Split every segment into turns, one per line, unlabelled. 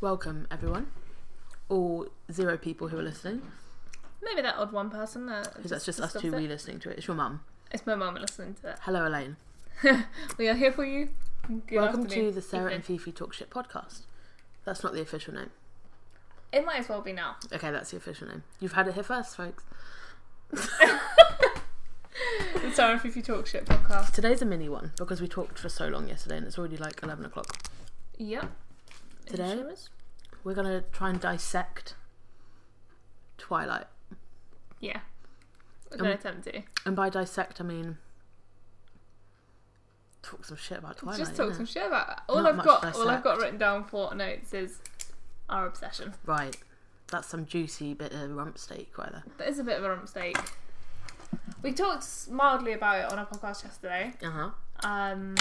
Welcome, everyone. All zero people who are listening.
Maybe that odd one person that.
Because that's just us
discussed
two
it.
re listening to it. It's your mum.
It's my mum listening to that.
Hello, Elaine.
We are here for you. Good
Welcome to
afternoon,
the Sarah
evening.
and Fifi Talk Shit podcast. That's not the official name.
It might as well be now.
Okay, that's the official name. You've had it here first, folks.
The Sarah and Fifi Talk Shit podcast.
Today's a mini one because we talked for so long yesterday and it's already like 11 o'clock.
Yep. It
Today?
sure is.
We're going to try and dissect Twilight.
Yeah. We're
Um,
gonna attempt to.
And by dissect, I mean talk some shit about Twilight.
Just talk
innit?
some shit about that. All
Not
I've
much
got,
dissect.
all I've got written down for notes is our obsession.
Right. That's some juicy bit of rump steak right there.
That is a bit of a mistake. We talked mildly about it on our podcast yesterday.
Uh huh.
um,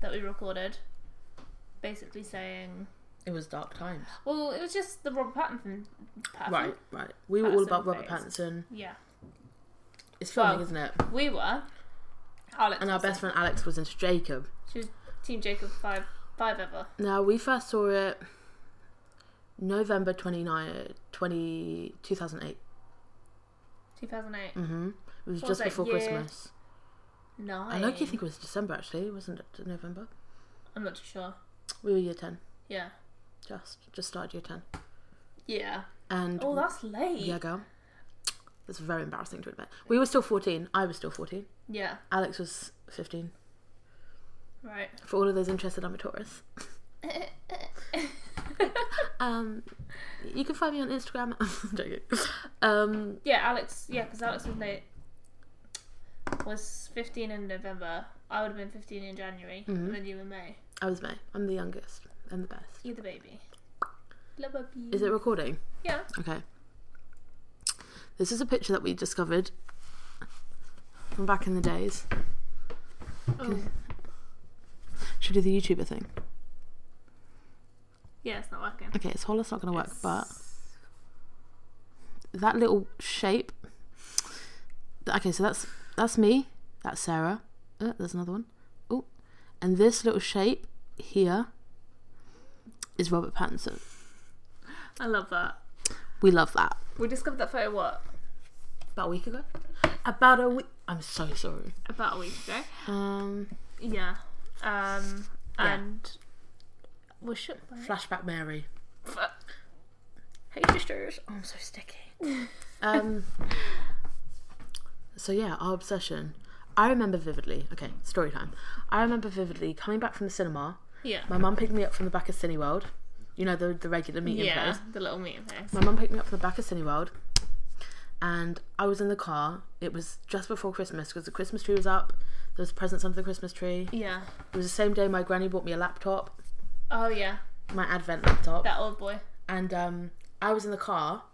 that we recorded, basically saying,
It was dark times.
well, it was just the Robert Pattinson. Pattinson?
Right, right. We were all
Pattinson
about Robert
phase.
Pattinson.
Yeah,
It's filming,
Well,
isn't it?
we were. Alex
And our
was
best
it.
friend Alex was into Jacob.
She was Team Jacob five five ever.
Now, we first saw it November 29, 20, 2008.
Two thousand eight.
hmm It was
What was
just
that
before
year?
Christmas.
Nine.
I like you think it was December, actually. Wasn't it November?
I'm not too sure.
We were year 10.
Yeah.
Just, just started year 10.
Yeah.
And
Oh, that's late.
yeah, girl. That's very embarrassing to admit. We were still 14. I was still 14.
Yeah.
Alex was 15.
Right.
For all of those interested, I'm a Taurus. um, you can find me on Instagram. I'm joking. Um,
Yeah, Alex. Yeah, because Alex was late. Was 15 in November. I would have been 15 in January,
Mm-hmm.
and then you in May.
I was May. I'm the youngest. I'm the best.
You're the baby. Love baby.
Is it recording?
Yeah.
Okay. This is a picture that we discovered from back in the days.
Oh.
Should we do the YouTuber thing.
Yeah, it's not working.
Okay, it's hollow. It's not going to work, but that little shape. Okay, so that's that's me. That's Sarah. Oh, there's another one. Oh, and this little shape here is Robert Pattinson.
I love that.
We love that.
We discovered that photo what
About a week ago. About a week. I'm so sorry.
about a week ago.
Um,
Yeah. Um.
Yeah.
And we're shook by it.
flashback Mary.
Hey sisters.
Oh, I'm so sticky. um. So yeah, our obsession. I remember vividly. Okay, story time. I remember vividly coming back from the cinema.
Yeah.
My mum picked me up from the back of Cineworld. You know the the regular meeting
yeah.
place.
The little meeting place.
My mum picked me up from the back of Cineworld, and I was in the car. It was just before Christmas because the Christmas tree was up. There was presents under the Christmas tree.
Yeah.
It was the same day my granny bought me a laptop,
Oh yeah.
my Advent laptop,
That old boy.
and um, I was in the car,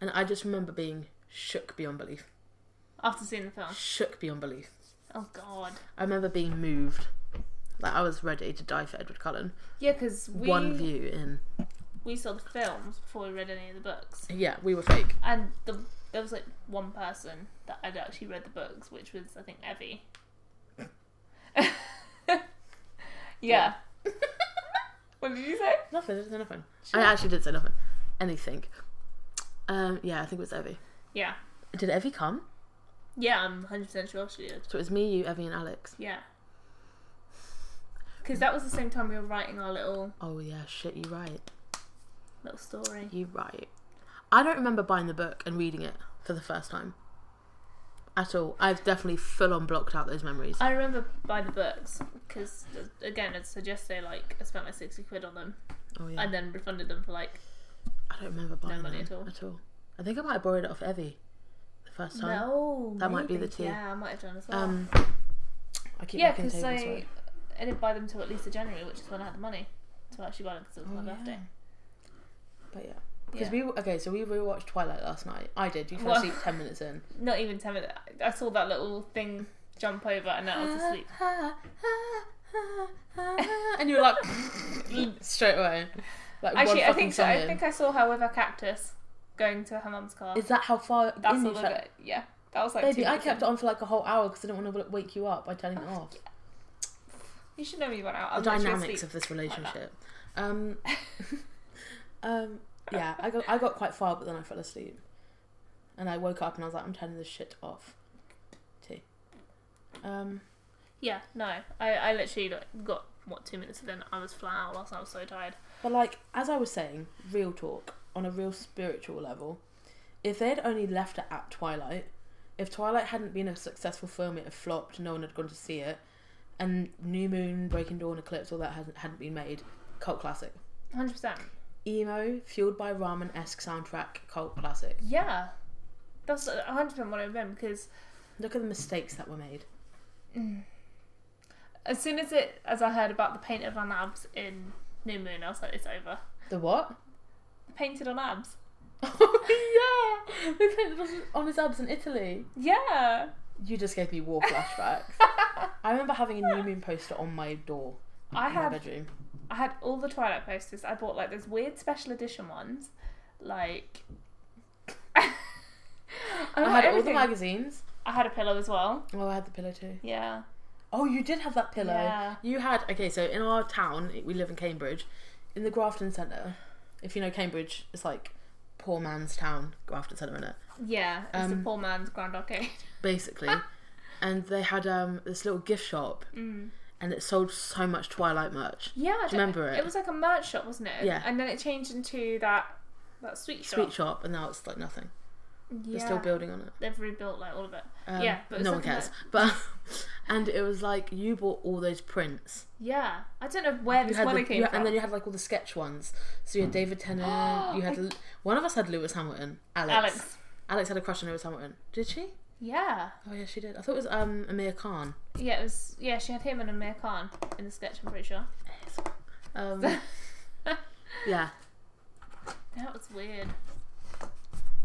and I just remember being shook beyond belief.
After seeing the film.
Shook beyond belief.
Oh God.
I remember being moved. Like I was ready to die for Edward Cullen.
Yeah, because we
One view in.
we saw the films before we read any of the books,
Yeah, we were fake.
and the there was like one person that I'd actually read the books, which was I think Evie. yeah. what did you say?
Nothing. I didn't say nothing. I actually didn't say nothing. Anything. Um, yeah, I think it was Evie.
Yeah.
Did Evie come?
Yeah, I'm 100% sure she did.
So it was me, you, Evie, and Alex.
Yeah. Because that was the same time we were writing our little
Oh yeah, shit. You right.
little story.
You right. I don't remember buying the book and reading it for the first time. At all. I've definitely full on blocked out those memories.
I remember by the books because again, as suggested, like I spent like 60 quid on them
Oh yeah.
and then refunded them for like
I don't remember buying
money
them
at all.
At all. I think I might have borrowed it off Evie the first time.
no.
That might be
maybe.
the two.
Yeah, I might have done as well.
Um, I keep
yeah,
making
because
tables.
I
right?
I didn't buy them till at least the January, which is when I had the money to actually buy them because it was
Oh,
my
yeah.
birthday.
But yeah, because
Yeah.
we were- okay. So we rewatched Twilight last night. I did. You fell
Well-
asleep ten minutes in.
Not even 10 minutes. I saw that little thing jump over and I
Ah.
was asleep.
and you were like straight away. Like one
Actually, I
fucking
think so.
song
I
in.
think I saw her with her cactus going to her mum's car.
Is that how far
That's
in
all
you
of
fell?
it. Yeah, that was like.
Baby,
two
I
minutes
kept
in.
it on for like a whole hour because I didn't want to wake you up by turning it off.
You should know me when I.
The
I'm
dynamics
dynamics
of this relationship. um, Um, yeah, I got I got quite far, but then I fell asleep, and I woke up and I was like, I'm turning this shit off. Too. Um,
Yeah, no. I, I literally like, got, what, two minutes and then I was flat out whilst I was so tired.
but like as I was saying, real talk on a real spiritual level, if they'd only left it at Twilight, if Twilight hadn't been a successful film, it had flopped. No one had gone to see it, and New Moon, Breaking Dawn, Eclipse, all that hadn't hadn't been made. Cult classic.
100%.
Emo, fueled by ramen esque soundtrack, cult classic.
Yeah. That's 100% what I remember because
Look at the mistakes that were made.
as soon as it, as I heard about the painted on abs in New Moon, I was like, it's over.
The what?
Painted on abs.
Oh yeah, we painted on- on his abs in Italy.
Yeah.
You just gave me war flashbacks. I remember having a new moon poster on my door
I
in my
had
bedroom.
I had all the Twilight posters. I bought like those weird special edition ones, like.
I
bought
had all the
everything.
magazines.
I had a pillow as well.
Oh, I had the pillow too.
Yeah.
Oh, you did have that pillow.
Yeah.
You had okay. So in our town, we live in Cambridge, in the Grafton Centre. If you know Cambridge, it's like poor man's town, Grafton Centre, in it
Yeah. It's a
Um,
poor man's Grand Arcade.
basically. and they had um this little gift shop,
Mm.
and it sold so much Twilight merch.
Yeah. I
Do you remember
don't-
it?
It was like a merch shop, wasn't it?
Yeah.
And then it changed into that that sweet shop.
Sweet shop, and now it's like nothing.
Yeah.
They're still building on it.
They've rebuilt like all of it.
Um,
yeah. But it's
no one
something
cares.
that-
But and it was like you bought all those prints.
yeah. I don't know where
You
this
had
one
the-
came
you-
from. Mm. Oh,
and then you had like all the sketch ones. So you had David Tennant. you had L- one of us had Lewis Hamilton. Alex. Alex.
Alex.
had a crush on Lewis Hamilton. Did she?
Yeah.
Oh yeah, she did. I thought it was um Amir Khan.
Yeah. It was. Yeah. She had him and Amir Khan in the sketch. I'm pretty sure.
Um, yeah,
That was weird.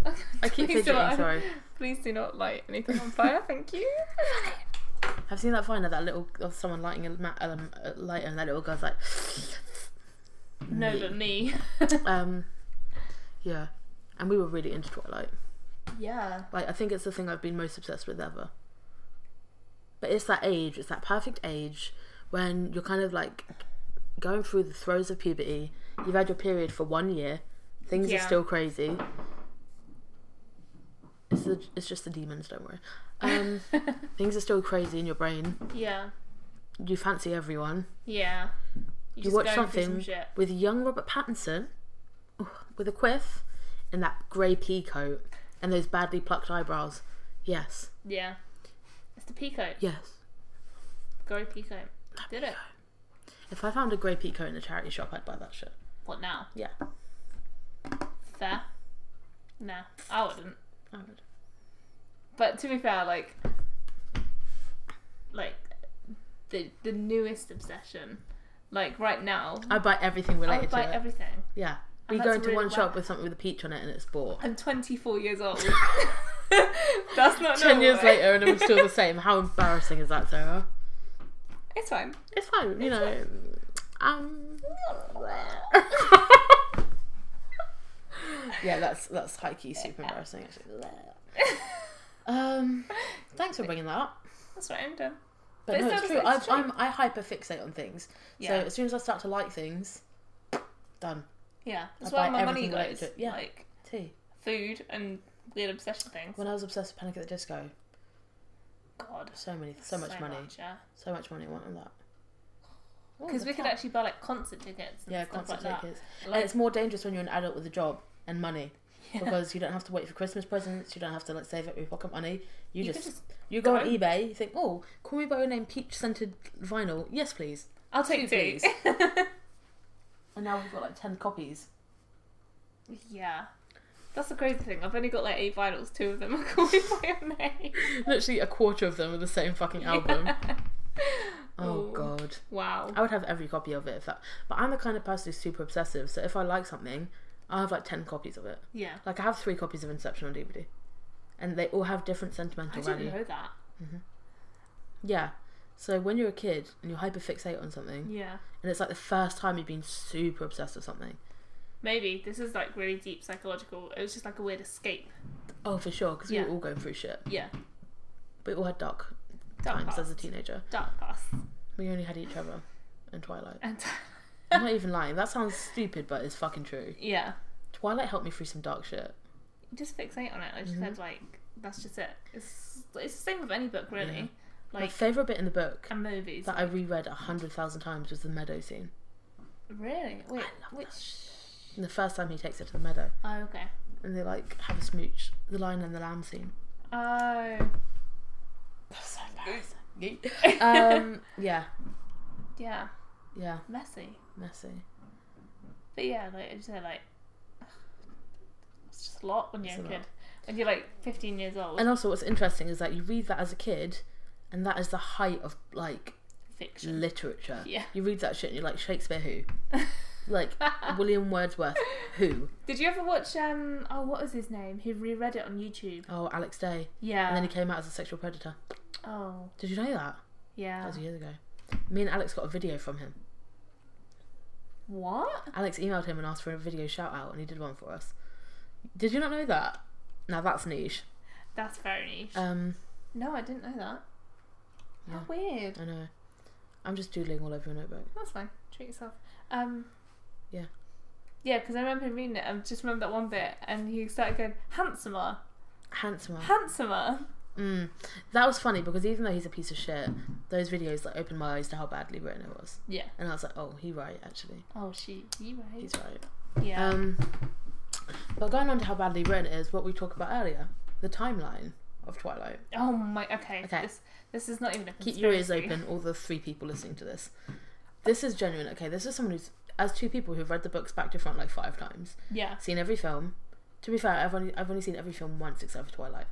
I keep
Please do
fidgeting.
not-
Sorry,
Please do not light anything on fire. Thank you.
I've seen that finder that little of someone lighting a, ma- um, a lighter, and that little girl's like,
No,
Me.
but me.
um, yeah. And we were really into Twilight.
yeah.
Like I think it's the thing I've been most obsessed with ever. But it's that age, it's that perfect age when you're kind of like going through the throes of puberty. You've had your period for one year. Things are
Yeah.
still crazy. It's the, it's just the demons, don't worry. Um, things are still crazy in your brain.
Yeah.
You fancy everyone.
Yeah. You,
You watch
going through
something
shit.
with young Robert Pattinson, oh, with a quiff, and that grey pea coat, and those badly plucked eyebrows. Yes,
Yeah. It's the peacoat.
yes.
Gory peacoat. Did it?
If I found a grey peacoat in a charity shop, I'd buy that shit.
What now?
Yeah,
Fair? Nah. I wouldn't.
I would.
But to be fair, like, like the the newest obsession, like right now,
I'd buy everything
I would
related
buy
to it.
everything.
yeah, we
And
go
that's
into
really
one shop
rare.
with something with a peach on it, and it's bought.
I'm 24 years old. That's not
Ten years
normal.
later, and it was still the same. How embarrassing is that, Sarah?
It's fine.
It's fine, you know. Um. yeah, that's that's high key super embarrassing. Actually. Um. Thanks for bringing that up.
That's right, I'm done.
But,
But
no, it's
it's not-
true.
it's
I've, I'm,
true.
I hyper fixate on things.
Yeah.
So as soon as I start to like things, done.
Yeah, that's
I
where
buy
my money
everything
goes.
related to it, yeah.
Like
Tea.
food and weird obsession things.
When I was obsessed with Panic at the Disco,
God,
so many, so much money,
yeah,
so much money went on that. Oh,
because we could actually buy like concert tickets. And
yeah,
stuff
concert
like
tickets.
That.
and
Like,
it's more dangerous when you're an adult with a job and money because you don't have to wait for Christmas presents. You don't have to like save up your pocket money. You,
you could
just,
just-
you go on
go.
eBay. You think, oh, call me by your name, peach scented vinyl. Yes, please.
I'll take
Two,
two.
And now we've got like ten copies.
yeah, that's the crazy thing. I've only got like eight vinyls. Two of them are called by your name.
Literally a quarter of them are the same fucking album. Oh
Ooh.
god.
Wow.
I would have every copy of it if that. But I'm the kind of person who's super obsessive. So if I like something, I have like ten copies of it.
Yeah,
Like I have three copies of Inception on DVD, and they all have different
I
sentimental
didn't
value.
know that.
Yeah. So when you're a kid and you're hyperfixate on something,
Yeah,
and it's like the first time you've been super obsessed with something.
maybe this is like really deep psychological. It was just like a weird escape.
Oh, for sure, because we
Yeah.
were all going through shit.
Yeah,
We all had dark
dark
times
past.
as a teenager.
Dark past.
We only had each other and Twilight.
And
I'm not even lying. That sounds stupid, but it's fucking true.
Yeah.
Twilight helped me through some dark shit.
Just fixate on it. I just
Mm-hmm.
said like that's just it. It's it's the same with any book really.
My
Like
favorite bit in the book
and movies.
that I reread a hundred thousand times was the meadow scene.
Really? Wait,
love
which?
And the first time he takes her to the meadow,
Oh, okay.
and they like have a smooch. The lion and the lamb scene.
Oh.
That's so embarrassing. um, yeah,
Yeah,
yeah,
messy.
messy.
But yeah, like I just said, like it's just a lot when you're
It's
a
a
kid.
lot.
When you're like 15 years old.
And also, what's interesting is that you read that as a kid, and that is the height of like Mm.
Fiction.
literature.
Yeah.
You read that shit, and you're like Shakespeare, who, like William Wordsworth, who?
Did you ever watch um? Oh, what was his name? Who reread it on YouTube?
Oh, Alex Day.
Yeah.
And then he came out as a sexual predator.
oh,
Did you know that? That
yeah.
was years ago. Me and Alex got a video from him.
What?
Alex emailed him and asked for a video shout out, and he did one for us. Did you not know that? Now that's niche.
That's very niche.
Um,
no, I didn't know that.
Yeah.
How weird.
I know. I'm just doodling all over your notebook.
That's fine. Treat yourself. Um.
Yeah.
Yeah, because I remember him reading it. I just remember that one bit, and he started going handsomer,
Handsomer.
handsomer.
Mm. That was funny because even though he's a piece of shit, those videos like opened my eyes to how badly written it was,
Yeah.
and I was like, oh, he right actually.
Oh, she. You right.
He's right.
yeah.
Um, but going on to how badly written it is, what we talked about earlier, the timeline of Twilight.
oh my. Okay.
Okay.
This this is not even a.
Keep your ears
conspiracy.
open, all the three people listening to this. This is genuine. Okay, this is someone who's, as two people who've read the books back to front like five times,
Yeah.
seen every film. To be fair, I've only I've only seen every film once except for Twilight.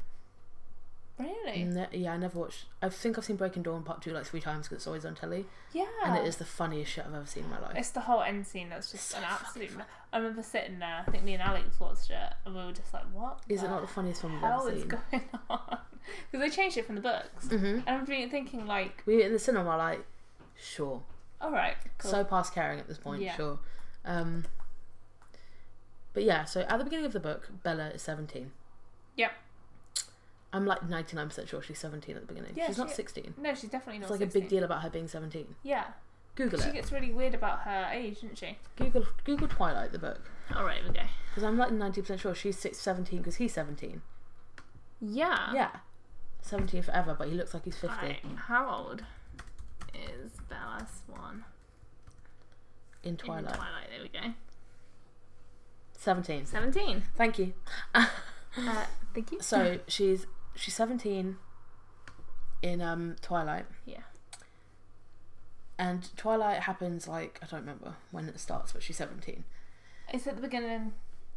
Really.
Ne- yeah, I never watched. I think I've seen Breaking Dawn Part Two like three times because it's always on telly,
Yeah.
and it is the funniest shit I've ever seen in my life.
It's the whole end scene that's just
So
an absolute.
fucking
I remember sitting there. I think me and Alex watched it, and we were just like, "What?
Is it
the
not the funniest film we've
hell
ever
is
seen?
going on?" Because they changed it from the books.
hmm
And I'm being- thinking like,
We were in the cinema like, sure,
"All right, cool."
so past caring at this point,
Yeah.
sure. Um, but yeah, so at the beginning of the book, Bella is seventeen.
Yep.
I'm like ninety nine percent sure she's seventeen at the beginning.
Yeah,
she's not
she-
sixteen.
no, she's definitely
It's
not.
like a
16.
big deal about her being seventeen.
Yeah,
Google
she
it.
gets really weird about her age, doesn't she?
Google Google Twilight the book
All right, we go.
because I'm like ninety percent sure she's six, 17 because he's seventeen.
Yeah.
Yeah, seventeen forever, but he looks like he's fifty.
Alright, how old is Bella Swan
In
in
Twilight.
Twilight? There we go.
17.
Seventeen.
Thank you.
Uh, thank you.
so she's she's 17 in um Twilight.
Yeah.
And Twilight happens like I don't remember when it starts, but she's 17.
It's at the beginning.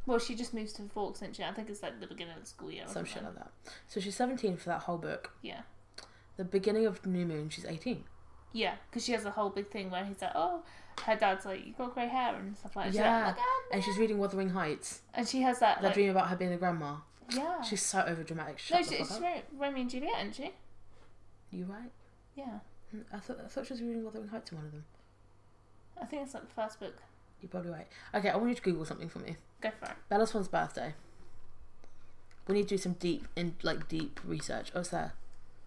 Well, she just moves to Forks, isn't she? I think it's like the beginning of the school year. Or
Some shit
something.
like that. So she's 17 for that whole book.
Yeah.
The beginning of New Moon, she's 18.
Yeah, because she has a whole big thing where he's like, "Oh, her dad's like, you got grey hair and stuff like that."
Yeah.
She's like, oh my God.
And she's reading Wuthering Heights.
And she has that.
That
Like,
dream about her being a grandma.
yeah.
She's so overdramatic. Shut
Oh. no,
the
she,
fuck
she's
up.
Ro- Romeo and Juliet, isn't she?
You right? Mm,
Yeah.
I thought I thought she was reading Wuthering Heights in one of them.
I think it's like the first book.
You're probably right. Okay, I want you to Google something for me.
Go for it.
Bella Swan's birthday. We need to do some deep in like deep research. Oh, it's there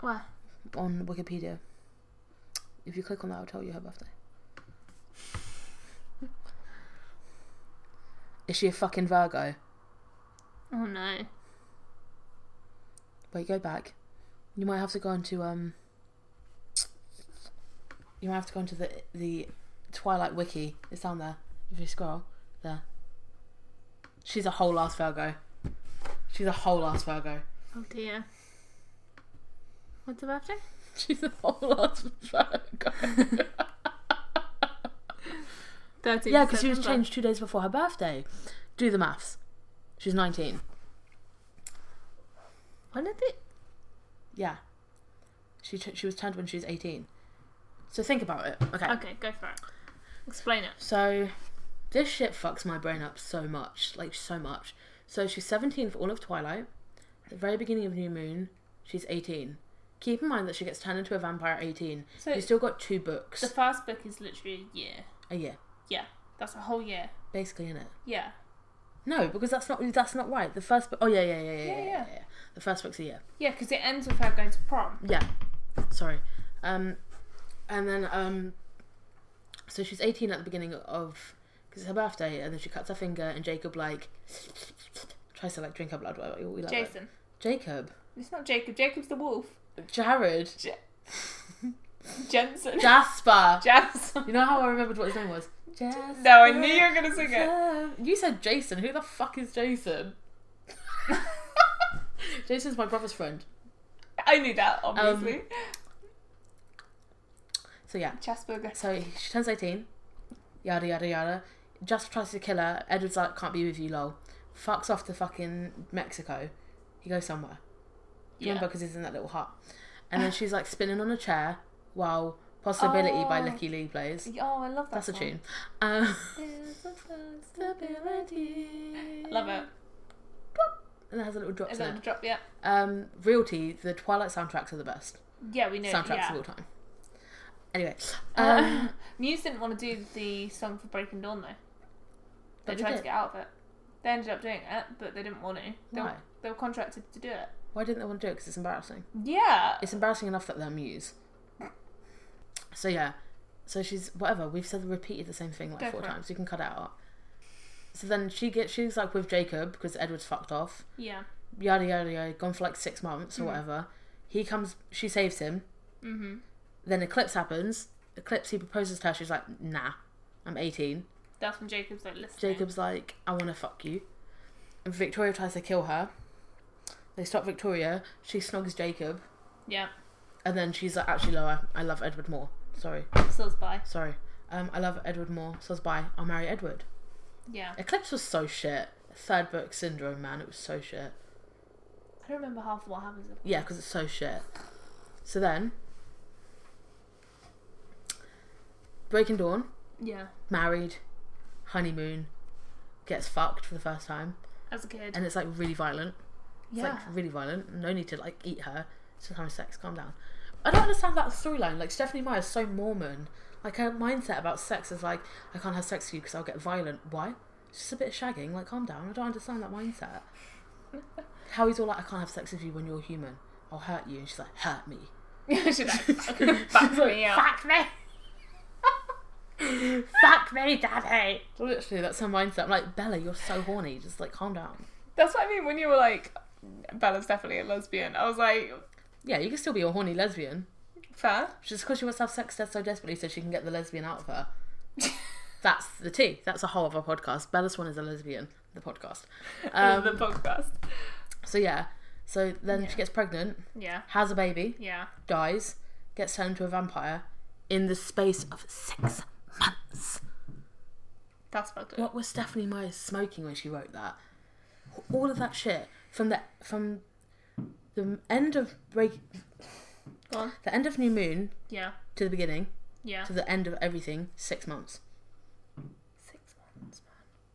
Why?
on Wikipedia. If you click on that, I'll tell you her birthday. Is she a fucking Virgo?
Oh no.
Wait, go back. You might have to go onto um. You might have to go onto the the Twilight Wiki. It's down there. If you scroll there, she's a whole ass Virgo. She's a whole ass Virgo.
Oh dear. What's the birthday?
She's a whole ass Virgo.
Thirteen.
yeah, because she was changed two days before her birthday. Do the maths. She's 19.
When did it?
Yeah. She, t- she was turned when she was 18. So think about it. Okay.
Okay, go for it. Explain it.
So this shit fucks my brain up so much. Like, so much. So she's 17 for all of Twilight. The very beginning of New Moon, she's 18. Keep in mind that she gets turned into a vampire at 18.
So
You've still got two books
the first book is literally a year.
a year,
Yeah, that's a whole year.
basically, in it.
Yeah.
No, because that's not that's not right. The first book. Oh yeah, yeah, yeah, yeah, yeah, yeah.
Yeah, yeah.
yeah. The first book's a year.
Yeah, because it ends with her going to prom.
Yeah. Sorry. Um, and then um, So she's 18 at the beginning of because it's her birthday, and then she cuts her finger, and Jacob like tries to like drink her blood. Whatever, we like that.
Jason.
Jacob,
It's not Jacob. Jacob's the wolf.
Jared,
Jensen.
Jasper.
Jensen.
you know how I remembered what his name was? Jasper.
No, I knew you were gonna sing it.
Yeah. You said Jason. Who the fuck is Jason? Jason's my brother's friend.
I knew that, obviously.
So yeah.
Um, Jasper.
So she turns 18. Yada yada yada. Just tries to kill her. Edward's like, can't be with you, lol. Fucks off to fucking Mexico. He goes somewhere. Do you
Yeah.
remember? Because he's in that little hut. And then she's like spinning on a chair while Possibility by
Oh.
Licky Lee plays.
Oh, I love that.
That's a
song.
tune. Um,
Love it.
And it has a little drop
Is
in
Mm. that
it.
the drop? Yeah.
Um, Realty, the Twilight soundtracks are the best.
Yeah, we know.
soundtracks
yeah.
of all time. Anyway,
Um,
um,
Muse didn't want to do the song for Breaking Dawn though. They
But they
tried to
did.
get out of it. They ended up doing it, but they didn't want to. They
Why?
were, they were contracted to do it.
why didn't they want to do it? Because it's embarrassing.
Yeah.
It's embarrassing enough that they're muse. So yeah, so she's whatever. We've said repeated the same thing like
Go
four
for it.
times. You can cut it out. So then she gets she's like with Jacob because Edward's fucked off.
Yeah.
Yada yada yada. Gone for like six months or
Mhm.
whatever. He comes. She saves him.
Mm-hmm.
Then eclipse happens. Eclipse. He proposes to her. She's like, nah, I'm 18.
That's when Jacob's like listening.
Jacob's like, I want to fuck you. And Victoria tries to kill her. They stop Victoria. She snogs Jacob.
Yeah.
And then she's like, actually, no, I, I love Edward more. Sorry,
Sill's by.
sorry. Um, I love Edward more. So I was bye. I'll marry Edward.
Yeah.
Eclipse was so shit. Third book syndrome, man. It was so shit.
I don't remember half of what happens.
Yeah, because it's so shit. So then, Breaking Dawn,
Yeah.
married, honeymoon, gets fucked for the first time.
As a kid.
And it's like really violent. It's
yeah.
like really violent. No need to like eat her. It's just having sex. Calm down. I don't understand that storyline. Like Stephanie Meyer is so Mormon. Like her mindset about sex is like, I can't have sex with you because I'll get violent. Why? It's just a bit of shagging. Like calm down. I don't understand that mindset. How he's all like, I can't have sex with you when you're human. I'll hurt you. And she's like, hurt me.
She's like, fuck
She's like,
me up.
Fuck me. Fuck me, daddy. Literally, that's her mindset. I'm like, Bella, you're so horny. Just like calm down.
That's what I mean when you were like, Bella's definitely a lesbian. I was like,
Yeah, you can still be a horny lesbian.
fair.
Just because she wants to have sex so desperately so she can get the lesbian out of her. That's the tea. That's a whole other podcast. Bella Swan is a lesbian, the podcast. Um,
the podcast.
so, yeah. So then
Yeah.
she gets pregnant,
Yeah.
has a baby,
Yeah.
dies, gets turned into a vampire in the space of six months.
That's fucked up.
What was Stephanie Myers smoking when she wrote that? All of that shit from the from the end of break,
Go on.
the end of New Moon
Yeah.
to the beginning
Yeah.
to the end of everything, six months.
Six months, man.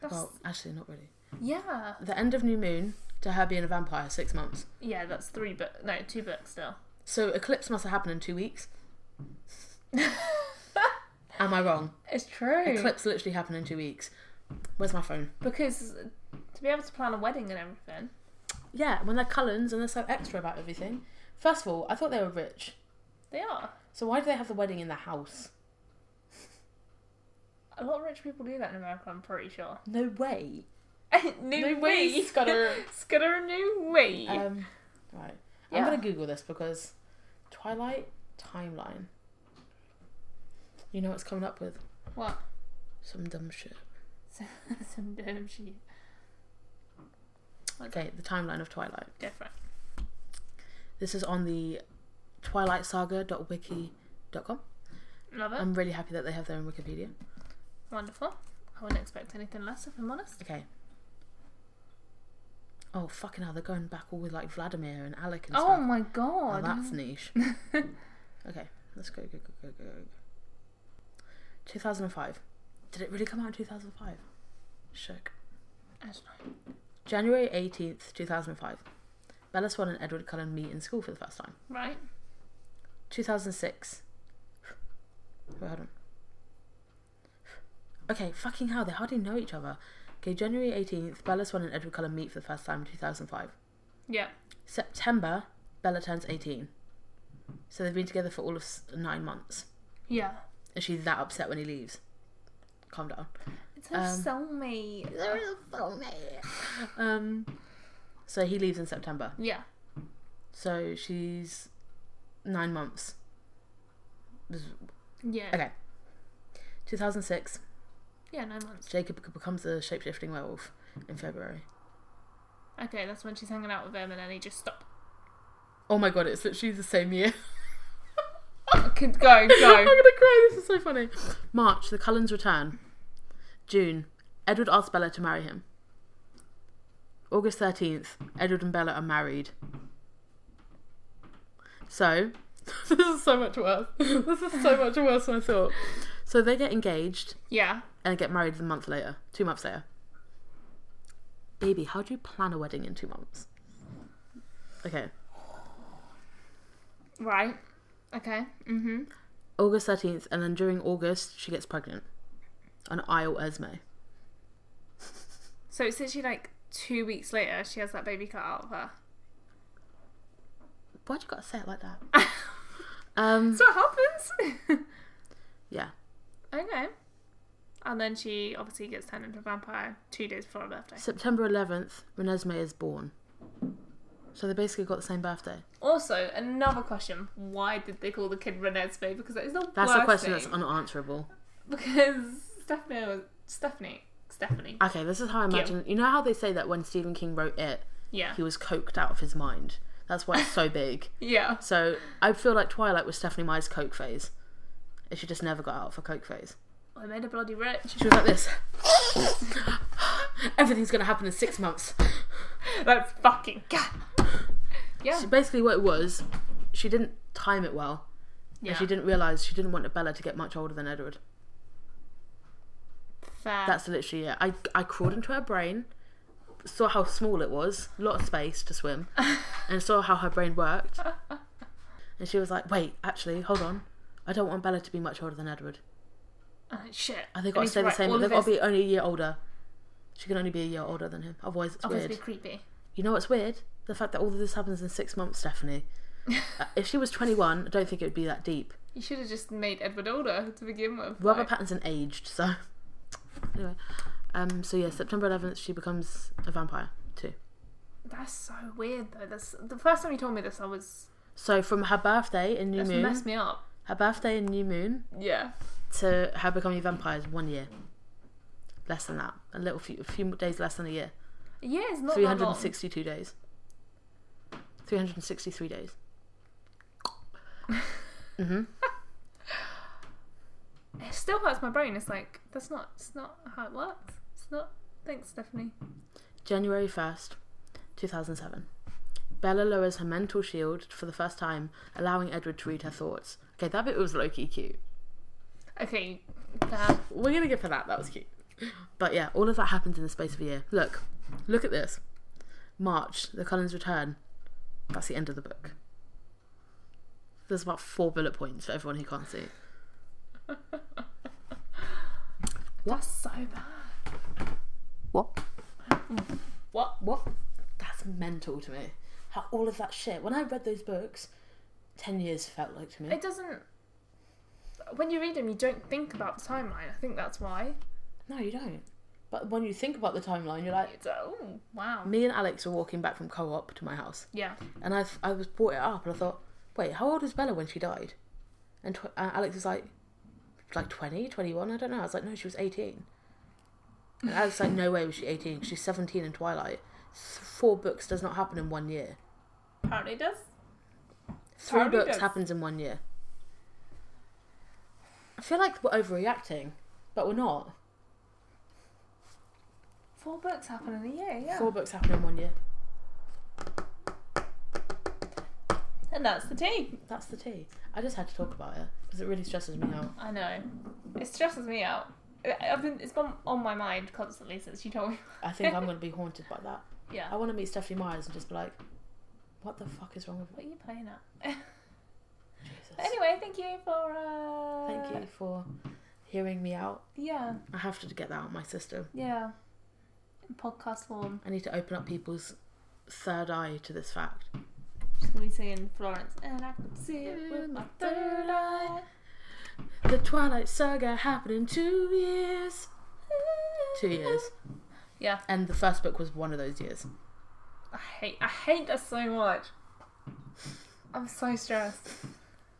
That's
Well, actually, not really.
yeah,
the end of New Moon to her being a vampire, six months.
yeah. That's three, but no, two books still.
So Eclipse must have happened in two weeks. Am I wrong?
It's true
Eclipse literally happened in two weeks. Where's my phone?
because to be able to plan a wedding and everything.
Yeah, when they're Cullens and they're so extra about everything. First of all, I thought they were rich.
They are.
So why do they have the wedding in the house?
A lot of rich people do that in America, I'm pretty sure.
No way.
new
No way, Scudder.
Scudder, new way.
Um, right. I'm
Yeah.
gonna Google this because Twilight timeline. You know what's coming up with?
what?
Some dumb shit.
Some dumb shit.
Okay, the timeline of Twilight.
Different.
This is on the twilightsaga.wiki.com.
Love it.
I'm really happy that they have their own Wikipedia.
Wonderful. I wouldn't expect anything less if I'm honest.
Okay. Oh, fucking hell, they're going back all with like Vladimir and Alec and
Oh
stuff.
my
Oh,
god.
that's niche. okay, let's go, go, go, go, go. 2005. Did it really come out in 2005? Shook.
I don't know.
January 18th, 2005. Bella Swan and Edward Cullen meet in school for the first time.
Right.
2006. Wait, hold on. Okay, fucking hell, they hardly know each other. Okay, January 18th, Bella Swan and Edward Cullen meet for the first time in 2005.
Yeah.
September, Bella turns 18. So they've been together for all of s- nine months.
Yeah.
Is she that upset when he leaves? Calm down.
It's her
Um,
soulmate.
Um, so he leaves in September.
Yeah.
So she's nine months.
Yeah.
Okay. 2006,
Yeah, nine months.
Jacob becomes a shapeshifting werewolf in February.
Okay, that's when she's hanging out with him, and then he just stop.
Oh my god, it's literally the same year.
Go, go.
I'm gonna cry. This is so funny. March, the Cullens return. June, Edward asks Bella to marry him. August 13th, Edward and Bella are married. So, this is so much worse. This is so much worse than I thought. So, they get engaged
yeah.
and get married a month later, two months later. Baby, how do you plan a wedding in two months? Okay.
Right. Okay. Mm-hmm.
August 13th, and then during August, she gets pregnant. An Isle Esme.
So it's literally like two weeks later, she has that baby cut out of her.
Why'd you gotta say it like that? um,
So it happens.
yeah.
okay. And then she obviously gets turned into a vampire two days before her birthday.
September 11th, Renesmee is born. So they basically got the same birthday.
Also, another question: Why did they call the kid Renesmee? Because that is the
That's
worst
a question
name.
that's unanswerable.
because Stephanie was Stephanie. Stephanie.
Okay, this is how I imagine. You know how they say that when Stephen King wrote it,
Yeah.
he was coked out of his mind? That's why it's so big.
Yeah.
So I feel like Twilight was Stephanie Meyer's coke phase. And she just never got out of her coke phase.
I made a bloody rich.
She was like this. Everything's gonna happen in six months.
Let's fucking go. Yeah.
So basically, what it was, she didn't time it well,
Yeah.
and she didn't realize she didn't want Bella to get much older than Edward.
Fair.
That's literally it. I I crawled into her brain, saw how small it was, a lot of space to swim, and saw how her brain worked. And she was like, "Wait, actually, hold on, I don't want Bella to be much older than Edward.
Uh, shit.
I think
I
I'll
need
stay
to
the
write
same.
all
They've
of
got to
this.
be only a year older. She can only be a year older than him. Otherwise, it's
Obviously
weird.
creepy.
You know what's weird? The fact that all of this happens in six months, Stephanie. Uh, if she was 21, I don't think it would be that deep.
You should have just made Edward older to begin with.
Robert
like-
Pattinson aged, so anyway. Um, so yeah, September 11th, she becomes a vampire too.
That's so weird though. That's the first time you told me this. I was
So from her birthday in New
that's
Moon,
messed me up.
her birthday in New Moon
Yeah.
to her becoming a vampire is one year. Less than that, a little few, a few days less than a year.
Yeah, it's not that long.
362 days. 363 days. mhm.
It still hurts my brain. It's like that's not. It's not how it works. It's not. Thanks, Stephanie.
January 1st, 2007. Bella lowers her mental shield for the first time, allowing Edward to read her thoughts. Okay, that bit was low key cute.
Okay. Fair.
We're gonna give her that, that was cute. But yeah, all of that happens in the space of a year. Look, look at this. March, the Cullens return. That's the end of the book. There's about four bullet points for everyone who can't see.
That's so bad.
What?
What?
What? That's mental to me. How all of that shit. When I read those books, 10 years felt like to me.
It doesn't. When you read them, you don't think about the timeline. I think that's why.
No, you don't. But when you think about the timeline, you're like,
It's oh wow.
me and Alex were walking back from co op to my house,
Yeah.
and I, I was brought it up, and I thought, wait, how old was Bella when she died? And tw- uh, Alex was like, like 20, 21, I don't know. I was like, no, she was 18. And Alex was like, no way was she 18, she's 17 in Twilight. Four books does not happen in one year.
Apparently it does.
Three
Apparently it
books
does.
happens in one year. I feel like we're overreacting, but we're not.
Four books happen in a year. Yeah.
Four books happen in one year.
And that's the tea.
That's the tea. I just had to talk about it because it really stresses me out.
I know. It stresses me out. I- I've been. It's been on my mind constantly since you told me.
I think I'm going to be haunted by that. I
Yeah.
want to meet Stephanie Myers and just be like, what the fuck is wrong with
What are you playing at?
Jesus?
anyway, thank you for. Uh...
Thank you for hearing me out.
Yeah.
I have to get that out of my system.
Yeah. In podcast form,
I need to open up people's third eye to this fact.
just gonna be singing Florence, and I can see it with my third eye.
The Twilight Saga happened in two years. Two years.
Yeah.
And the first book was one of those years.
I hate I hate this so much. I'm so stressed.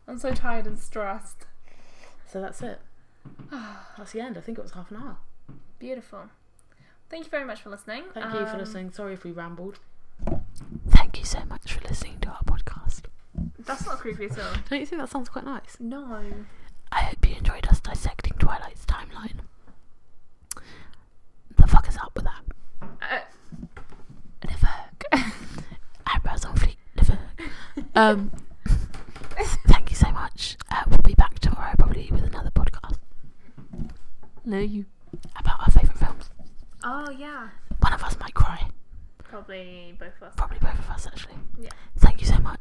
I'm so tired and stressed.
So that's it. That's the end. I think it was half an hour.
Beautiful. Thank you very much for listening.
Thank you for
Um,
listening. Sorry if we rambled.
Thank you so much for listening to our podcast.
That's not creepy at all.
Don't you think that sounds quite nice?
No.
I hope you enjoyed us dissecting Twilight's timeline. The fuck is up with that?
Uh,
The fuck. Eyebrows on fleek. The fuck. Um, thank you so much. Uh, we'll be back tomorrow probably with another podcast. No, you. About our favourite films.
oh yeah.
One of us might cry.
Probably both of us.
Probably both of us, actually.
Yeah.
Thank you so much.